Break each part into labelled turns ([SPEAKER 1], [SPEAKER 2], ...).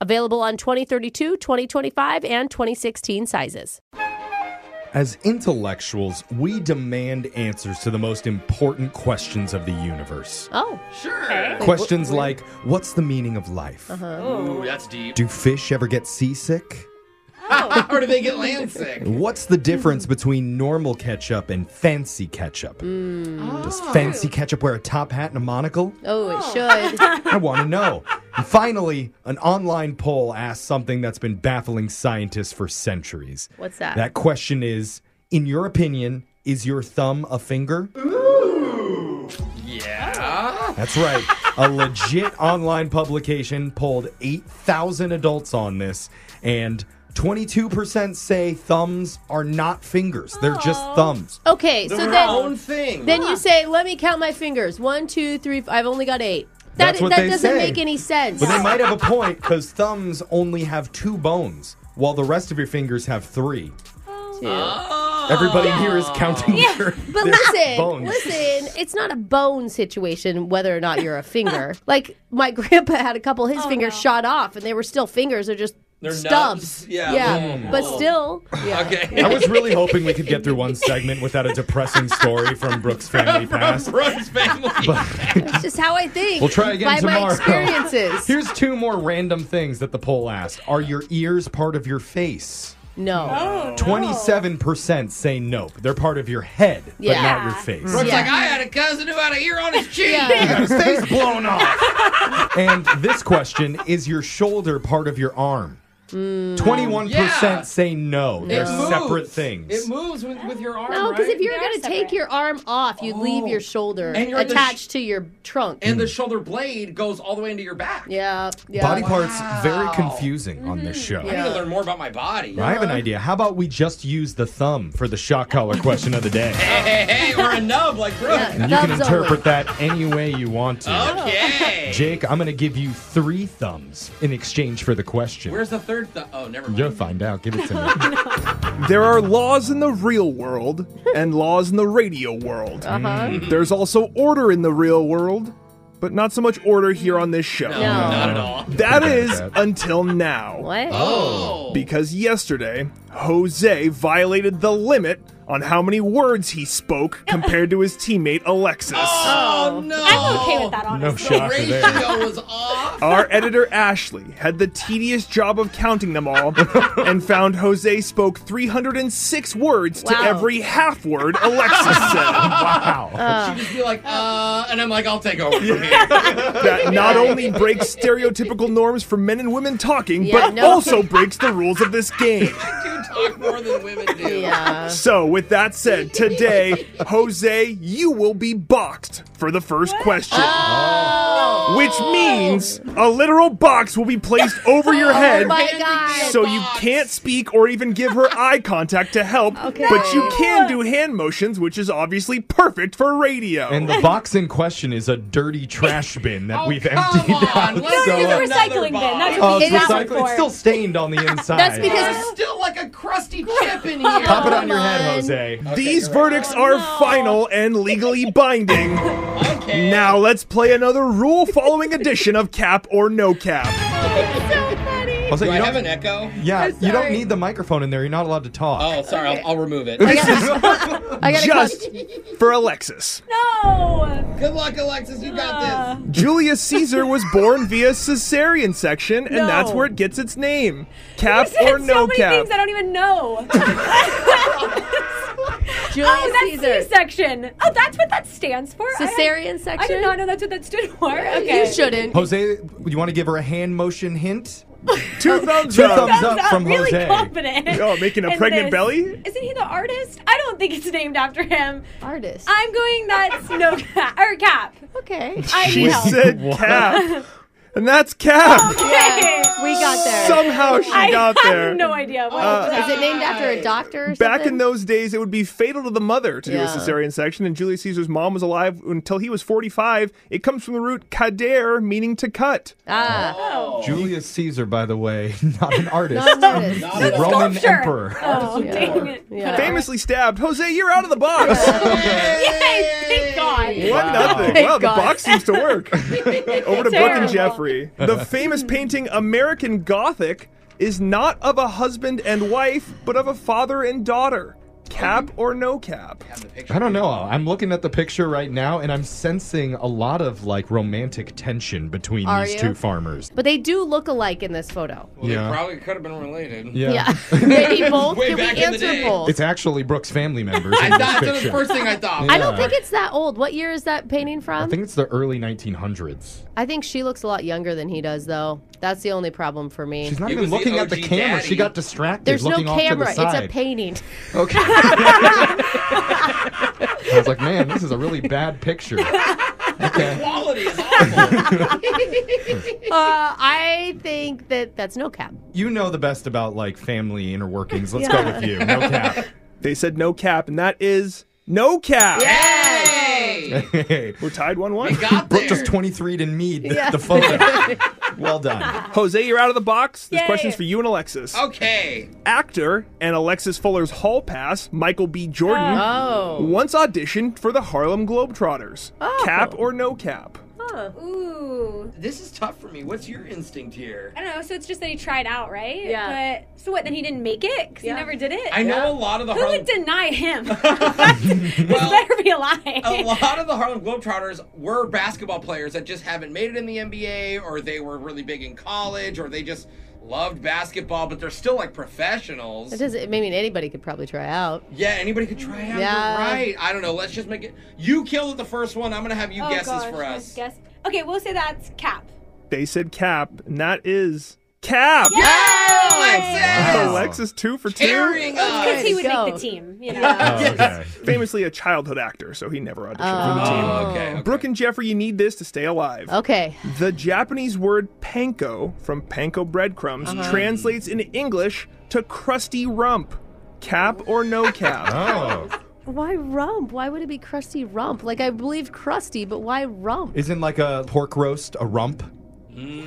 [SPEAKER 1] Available on 2032, 2025, and 2016 sizes.
[SPEAKER 2] As intellectuals, we demand answers to the most important questions of the universe.
[SPEAKER 1] Oh,
[SPEAKER 3] Sure.
[SPEAKER 4] Okay.
[SPEAKER 2] Questions like what's the meaning of life?
[SPEAKER 3] Ooh, that's deep.
[SPEAKER 2] Do fish ever get seasick?
[SPEAKER 3] or do they get land sick?
[SPEAKER 2] What's the difference between normal ketchup and fancy ketchup? Does fancy ketchup wear a top hat and a monocle?
[SPEAKER 1] oh, it should.
[SPEAKER 2] I want to know. And finally, an online poll asks something that's been baffling scientists for centuries.
[SPEAKER 1] What's that?
[SPEAKER 2] That question is In your opinion, is your thumb a finger?
[SPEAKER 3] Yeah.
[SPEAKER 2] That's right. A legit online publication polled 8,000 adults on this, and 22% say thumbs are not fingers. They're just
[SPEAKER 1] Oh.
[SPEAKER 2] thumbs.
[SPEAKER 1] Okay, so
[SPEAKER 3] Their
[SPEAKER 1] then,
[SPEAKER 3] own thing.
[SPEAKER 1] then you say, let me count my fingers. One, two, three, f- I've only got eight. That,
[SPEAKER 2] That's what
[SPEAKER 1] that
[SPEAKER 2] they
[SPEAKER 1] doesn't
[SPEAKER 2] say.
[SPEAKER 1] make any sense.
[SPEAKER 2] But they might have a point because thumbs only have two bones, while the rest of your fingers have three.
[SPEAKER 1] Two.
[SPEAKER 2] Everybody here is counting their,
[SPEAKER 1] But
[SPEAKER 2] their
[SPEAKER 1] listen,
[SPEAKER 2] bones.
[SPEAKER 1] listen, it's not a bone situation whether or not you're a finger. like my grandpa had a couple of his fingers shot off and they were still fingers, they're just
[SPEAKER 3] They're
[SPEAKER 1] stubs.
[SPEAKER 3] nubs? Yeah. Mm.
[SPEAKER 1] But
[SPEAKER 3] Oh.
[SPEAKER 1] still yeah.
[SPEAKER 3] Okay.
[SPEAKER 2] I was really hoping we could get through one segment without a depressing story from Brooks' family past.
[SPEAKER 3] Brooks family.
[SPEAKER 1] It's just how I think.
[SPEAKER 2] We'll try again
[SPEAKER 1] by
[SPEAKER 2] tomorrow.
[SPEAKER 1] my experiences.
[SPEAKER 2] Here's two more random things that the poll asked. Are your ears part of your face?
[SPEAKER 1] no.
[SPEAKER 2] Twenty-seven percent say nope. They're part of your head, but not
[SPEAKER 1] Yeah.
[SPEAKER 2] your face.
[SPEAKER 3] Brooks
[SPEAKER 1] Yeah.
[SPEAKER 3] like I had a cousin who had an ear on his cheek.
[SPEAKER 1] Yeah.
[SPEAKER 2] His face blown off. and this question is: Your shoulder part of your arm? Twenty-one
[SPEAKER 3] Mm. Yeah.
[SPEAKER 2] percent say no. They're
[SPEAKER 3] It moves.
[SPEAKER 2] separate things.
[SPEAKER 3] It moves with, with your arm.
[SPEAKER 1] No, because
[SPEAKER 3] right?
[SPEAKER 1] if you were
[SPEAKER 4] They are
[SPEAKER 1] going to take
[SPEAKER 4] separate.
[SPEAKER 1] your arm off, you'd leave
[SPEAKER 3] Oh.
[SPEAKER 1] your shoulder
[SPEAKER 3] And you're the
[SPEAKER 1] attached
[SPEAKER 3] sh-
[SPEAKER 1] to your trunk.
[SPEAKER 3] and the shoulder blade goes all the way into your back.
[SPEAKER 1] yeah, yeah.
[SPEAKER 2] Body parts
[SPEAKER 3] Wow. Mm-hmm.
[SPEAKER 2] very confusing on this show.
[SPEAKER 3] I need
[SPEAKER 1] Yeah.
[SPEAKER 3] to learn more about my body.
[SPEAKER 2] I have an idea. How about we just use the thumb for the shock collar question of the day?
[SPEAKER 3] Hey, hey, hey, or a nub like Brooke.
[SPEAKER 1] Yeah.
[SPEAKER 2] And you can
[SPEAKER 1] Thumbs
[SPEAKER 2] interpret that any way you want to.
[SPEAKER 3] Okay.
[SPEAKER 2] Jake, I'm going to give you three thumbs in exchange for the question.
[SPEAKER 3] Where's the third? Th- oh, never mind.
[SPEAKER 2] You'll find out. Give it to me.
[SPEAKER 5] There are laws in the real world and laws in the radio world.
[SPEAKER 1] Uh-huh.
[SPEAKER 3] Mm.
[SPEAKER 5] There's also order in the real world, but not so much order here on this show.
[SPEAKER 3] No,
[SPEAKER 1] No.
[SPEAKER 3] not at all.
[SPEAKER 5] That
[SPEAKER 2] Forget
[SPEAKER 5] is
[SPEAKER 2] that.
[SPEAKER 5] until now.
[SPEAKER 1] What?
[SPEAKER 3] Oh.
[SPEAKER 5] Because yesterday, Jose violated the limit on how many words he spoke compared to his teammate Alexis.
[SPEAKER 3] Oh, no.
[SPEAKER 4] I'm okay with that,
[SPEAKER 2] No
[SPEAKER 3] The
[SPEAKER 4] honestly.
[SPEAKER 2] shocker there.
[SPEAKER 3] ratio was off.
[SPEAKER 5] Our editor Ashley had the tedious job of counting them all and found Jose spoke 306 words
[SPEAKER 1] Wow.
[SPEAKER 5] to every half word Alexis said.
[SPEAKER 2] Wow.
[SPEAKER 3] She'd just be like, uh, and I'm like, I'll take over from here.
[SPEAKER 5] That not only breaks stereotypical norms for men and women talking,
[SPEAKER 1] Yeah,
[SPEAKER 5] but
[SPEAKER 1] no.
[SPEAKER 5] also breaks the rules of this game.
[SPEAKER 3] talk more than women do.
[SPEAKER 1] Yeah.
[SPEAKER 5] So, with that said, today, Jose, you will be boxed for the first question.
[SPEAKER 1] Oh.
[SPEAKER 5] Which means a literal box will be placed over your head.
[SPEAKER 1] Oh my God.
[SPEAKER 5] So you can't speak or even give her eye contact to help, but you can do hand motions, which is obviously perfect for radio.
[SPEAKER 2] And the box in question is a dirty trash bin that
[SPEAKER 3] Oh,
[SPEAKER 2] we've
[SPEAKER 3] come
[SPEAKER 2] emptied
[SPEAKER 3] on.
[SPEAKER 2] out. so,
[SPEAKER 3] Let's do
[SPEAKER 4] It's
[SPEAKER 3] Another
[SPEAKER 4] a recycling bin. That's
[SPEAKER 2] uh,
[SPEAKER 4] what we
[SPEAKER 2] it's,
[SPEAKER 4] use it
[SPEAKER 2] recycled- it's
[SPEAKER 4] for.
[SPEAKER 2] still stained on the inside.
[SPEAKER 1] That's because
[SPEAKER 3] There's still like a crusty chip in here.
[SPEAKER 2] Pop it on your
[SPEAKER 1] Come
[SPEAKER 2] head,
[SPEAKER 1] on.
[SPEAKER 2] Jose.
[SPEAKER 5] These verdicts are final and legally binding.
[SPEAKER 3] Okay.
[SPEAKER 5] Now let's play another rule following edition of Cap or No Cap.
[SPEAKER 2] Jose,
[SPEAKER 3] Do
[SPEAKER 2] you
[SPEAKER 3] I
[SPEAKER 2] don't,
[SPEAKER 3] have an echo?
[SPEAKER 2] yeah, you don't need the microphone in there. You're not allowed to talk.
[SPEAKER 3] Oh, sorry. I'll, I'll remove it.
[SPEAKER 1] I gotta
[SPEAKER 5] Just for Alexis.
[SPEAKER 4] No.
[SPEAKER 3] Good luck, Alexis. You
[SPEAKER 5] Ah.
[SPEAKER 3] got this.
[SPEAKER 5] Julius Caesar was born via cesarean section, and
[SPEAKER 4] No.
[SPEAKER 5] that's where it gets its name. Cap or
[SPEAKER 4] so
[SPEAKER 5] no
[SPEAKER 4] many
[SPEAKER 5] cap?
[SPEAKER 4] things I don't even know.
[SPEAKER 1] Julius
[SPEAKER 4] Oh, that's
[SPEAKER 1] Caesar.
[SPEAKER 4] C-section. Oh, that's what that stands for. I don't-
[SPEAKER 1] Cesarean
[SPEAKER 4] I
[SPEAKER 1] section.
[SPEAKER 4] did not know that's what that stood for. Okay.
[SPEAKER 1] You shouldn't.
[SPEAKER 2] Jose, you want to give her a hand motion hint?
[SPEAKER 5] Two thumbs
[SPEAKER 2] Two
[SPEAKER 5] up.
[SPEAKER 2] thumbs
[SPEAKER 4] Sounds
[SPEAKER 2] up from
[SPEAKER 4] really
[SPEAKER 2] Jose.
[SPEAKER 4] confident.
[SPEAKER 5] Oh, making a
[SPEAKER 4] in
[SPEAKER 5] pregnant
[SPEAKER 4] this.
[SPEAKER 5] belly?
[SPEAKER 4] Isn't he the artist? I don't think it's named after him.
[SPEAKER 1] Artist.
[SPEAKER 4] I'm going that's no cap or cap.
[SPEAKER 1] okay.
[SPEAKER 4] I
[SPEAKER 5] She
[SPEAKER 4] need help.
[SPEAKER 5] said cap, and that's cap.
[SPEAKER 4] Okay.
[SPEAKER 1] we got there. Is
[SPEAKER 5] Somehow she
[SPEAKER 4] I
[SPEAKER 5] got
[SPEAKER 4] have
[SPEAKER 5] there. Uh,
[SPEAKER 4] no idea. What
[SPEAKER 1] it named after a doctor or
[SPEAKER 5] Back
[SPEAKER 1] something?
[SPEAKER 5] in those days, it would be fatal to the mother to
[SPEAKER 1] Yeah.
[SPEAKER 5] do a cesarean section, and Julius Caesar's mom was alive until he was 45. It comes from the root kader, meaning to cut.
[SPEAKER 1] Ah.
[SPEAKER 2] Julius Caesar, by the way, not an artist.
[SPEAKER 1] Notice.
[SPEAKER 2] The Roman
[SPEAKER 4] sculpture.
[SPEAKER 2] emperor.
[SPEAKER 4] oh, dang it.
[SPEAKER 1] Yeah.
[SPEAKER 5] Famously stabbed. Jose, you're out of the box.
[SPEAKER 4] Yay, thank God.
[SPEAKER 5] One nothing.
[SPEAKER 1] Thank
[SPEAKER 5] Wow, the
[SPEAKER 1] God.
[SPEAKER 5] box seems to work. Over to Buck and
[SPEAKER 4] Terrible.
[SPEAKER 5] Jeffrey. The famous painting American Gothic is not of a husband and wife, but of a father and daughter. Cap or no cap?
[SPEAKER 2] I don't know. I'm looking at the picture right now, and I'm sensing a lot of like romantic tension between
[SPEAKER 1] Are
[SPEAKER 2] these
[SPEAKER 1] you?
[SPEAKER 2] two farmers.
[SPEAKER 1] But they do look alike in this photo.
[SPEAKER 3] Well,
[SPEAKER 2] Yeah.
[SPEAKER 3] They probably could have been related.
[SPEAKER 2] Yeah.
[SPEAKER 1] Yeah. Maybe both.
[SPEAKER 3] Way
[SPEAKER 1] Can we
[SPEAKER 3] back in the
[SPEAKER 1] answer
[SPEAKER 3] day.
[SPEAKER 1] both?
[SPEAKER 2] It's actually Brooks family members in this
[SPEAKER 3] I thought that's
[SPEAKER 2] picture.
[SPEAKER 3] the first thing I thought.
[SPEAKER 1] I don't think it's that old. What year is that painting from?
[SPEAKER 2] I think it's the early 1900s.
[SPEAKER 1] I think she looks a lot younger than he does, though. That's the only problem for me.
[SPEAKER 2] She's not
[SPEAKER 3] It
[SPEAKER 2] even
[SPEAKER 3] was the
[SPEAKER 2] looking at the
[SPEAKER 3] OG
[SPEAKER 2] camera. She
[SPEAKER 3] daddy.
[SPEAKER 2] got distracted
[SPEAKER 1] There's no
[SPEAKER 2] looking off to
[SPEAKER 1] camera.
[SPEAKER 2] the
[SPEAKER 1] It's a
[SPEAKER 2] side.
[SPEAKER 1] painting.
[SPEAKER 2] Okay. I was like, man, this is a really bad picture. Okay.
[SPEAKER 3] Quality is awful.
[SPEAKER 1] uh, I think that that's no cap.
[SPEAKER 2] You know the best about like family inner workings. Let's go with you. No cap.
[SPEAKER 5] They said no cap, and that is no cap.
[SPEAKER 3] hey!
[SPEAKER 2] Hey.
[SPEAKER 5] We're tied 1 1.
[SPEAKER 3] Got there.
[SPEAKER 2] Brooke just 23 to me the, the photo. well done.
[SPEAKER 5] Jose, you're out of the box. This
[SPEAKER 4] Yay.
[SPEAKER 5] question's for you and Alexis.
[SPEAKER 3] Oh. okay.
[SPEAKER 5] Actor and Alexis Fuller's hall pass, Michael B. Jordan,
[SPEAKER 1] Oh.
[SPEAKER 5] once auditioned for the Harlem Globetrotters. Cap or no cap?
[SPEAKER 4] Ooh.
[SPEAKER 3] This is tough for me. What's your instinct here?
[SPEAKER 4] I don't know. So it's just that he tried out, right?
[SPEAKER 1] Yeah.
[SPEAKER 4] But so what? Then he didn't make it because he never did it.
[SPEAKER 3] I know a lot of the
[SPEAKER 4] Who
[SPEAKER 3] Harlem.
[SPEAKER 4] would deny him? this better be a lie.
[SPEAKER 3] a lot of the Harlem Globetrotters were basketball players that just haven't made it in the NBA, or they were really big in college, or they just loved basketball, but they're still like professionals.
[SPEAKER 1] It doesn't. I mean, anybody could probably try out.
[SPEAKER 3] Yeah, anybody could try it out.
[SPEAKER 1] Yeah.
[SPEAKER 3] You're right. I don't know. Let's just make it. You killed it the first one. I'm gonna have you
[SPEAKER 4] Oh,
[SPEAKER 3] guesses
[SPEAKER 4] gosh,
[SPEAKER 3] for
[SPEAKER 4] I
[SPEAKER 3] us.
[SPEAKER 4] Guess. Okay, we'll say that's cap.
[SPEAKER 5] They said cap, and that is cap.
[SPEAKER 3] Oh! Alexis!
[SPEAKER 5] Alexis two for two.
[SPEAKER 3] Carrying us.
[SPEAKER 4] Because he would
[SPEAKER 1] Go.
[SPEAKER 4] make the team. You know.
[SPEAKER 2] Okay.
[SPEAKER 5] Famously a childhood actor, so he never auditioned for the team.
[SPEAKER 3] Oh, okay. okay.
[SPEAKER 5] Brooke and Jeffrey, you need this to stay alive.
[SPEAKER 1] Okay.
[SPEAKER 5] The Japanese word panko from panko breadcrumbs
[SPEAKER 3] Uh-huh.
[SPEAKER 5] translates in English to crusty rump. Cap or no cap?
[SPEAKER 2] Oh.
[SPEAKER 1] Why rump? Why would it be crusty rump? Like I believe crusty, but why rump?
[SPEAKER 2] Isn't like a pork roast a rump?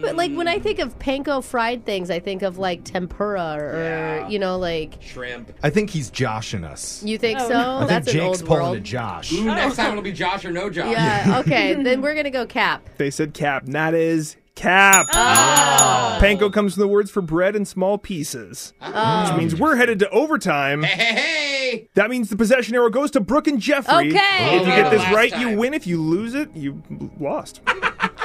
[SPEAKER 1] But like when I think of panko fried things, I think of like tempura or
[SPEAKER 3] Yeah.
[SPEAKER 1] you know like
[SPEAKER 3] Shrimp.
[SPEAKER 2] I think he's joshing us.
[SPEAKER 1] you think
[SPEAKER 4] Oh,
[SPEAKER 1] so.
[SPEAKER 4] no.
[SPEAKER 2] I
[SPEAKER 1] That's
[SPEAKER 2] think
[SPEAKER 1] an
[SPEAKER 2] Jake's
[SPEAKER 1] old
[SPEAKER 2] pulling
[SPEAKER 1] world.
[SPEAKER 2] a Josh.
[SPEAKER 3] Ooh, next time it'll be Josh or no Josh.
[SPEAKER 1] Yeah. Okay. then we're gonna go cap.
[SPEAKER 5] They said cap, and that is cap.
[SPEAKER 3] Oh.
[SPEAKER 5] Panko comes from the words for bread in small pieces,
[SPEAKER 3] Oh.
[SPEAKER 5] which means we're headed to overtime.
[SPEAKER 3] Hey, hey, hey!
[SPEAKER 5] That means the possession arrow goes to Brooke and Jeffrey.
[SPEAKER 1] Okay.
[SPEAKER 5] If you
[SPEAKER 2] Oh,
[SPEAKER 5] get this
[SPEAKER 3] Last
[SPEAKER 5] right,
[SPEAKER 3] time.
[SPEAKER 5] you win. If you lose it, you lost.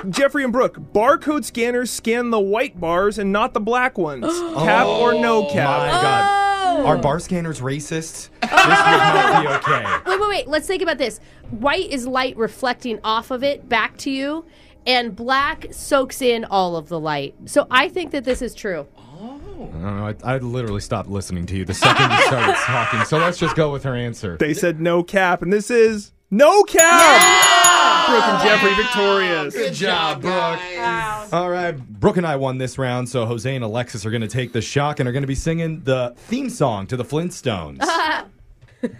[SPEAKER 5] Jeffrey and Brooke, barcode scanners scan the white bars and not the black ones. cap or no
[SPEAKER 2] Oh My
[SPEAKER 5] cap?
[SPEAKER 2] God. Are bar scanners racist? this would not be okay.
[SPEAKER 1] Wait, wait, wait. Let's think about this. White is light reflecting off of it back to you, and black soaks in all of the light. So I think that this is true.
[SPEAKER 2] I don't know. I, I literally stopped listening to you the second you started talking. So let's just go with her answer.
[SPEAKER 5] They said no cap, and this is no cap. Brooke and Jeffrey victorious.
[SPEAKER 3] Good job, Brooke.
[SPEAKER 2] All right, Brooke and I won this round, so Jose and Alexis are going to take the shock and are going to be singing the theme song to the Flintstones.
[SPEAKER 1] I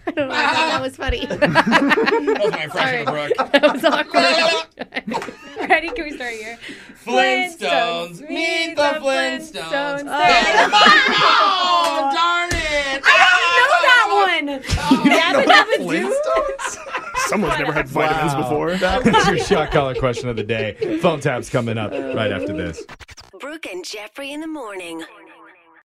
[SPEAKER 1] thought that was funny. that
[SPEAKER 3] That was my impression of Brooke.
[SPEAKER 1] was awkward.
[SPEAKER 4] Ready? Can we start here?
[SPEAKER 3] Flintstones,
[SPEAKER 4] Flintstones,
[SPEAKER 3] meet the Flintstones.
[SPEAKER 4] Flintstones. There we
[SPEAKER 3] Oh, darn it!
[SPEAKER 4] I don't know that
[SPEAKER 1] Gabba
[SPEAKER 4] one.
[SPEAKER 1] Dabba Doo?
[SPEAKER 5] Someone's never had vitamins
[SPEAKER 2] Wow.
[SPEAKER 5] before.
[SPEAKER 2] That was your shock collar question of the day. Phone tap's coming up right after this.
[SPEAKER 6] Brooke and Jeffrey in the morning.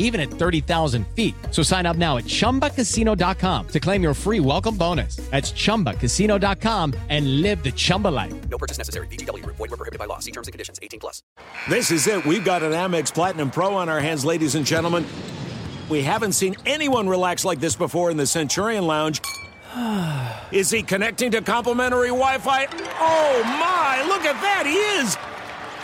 [SPEAKER 7] even at 30,000 feet. So sign up now at ChumbaCasino.com to claim your free welcome bonus. That's ChumbaCasino.com and live the Chumba life.
[SPEAKER 8] This is it. We've got an Amex Platinum Pro on our hands, ladies and gentlemen. We haven't seen anyone relax like this before in the Centurion Lounge. Is he connecting to complimentary Wi Fi? Oh my, look at that! He is!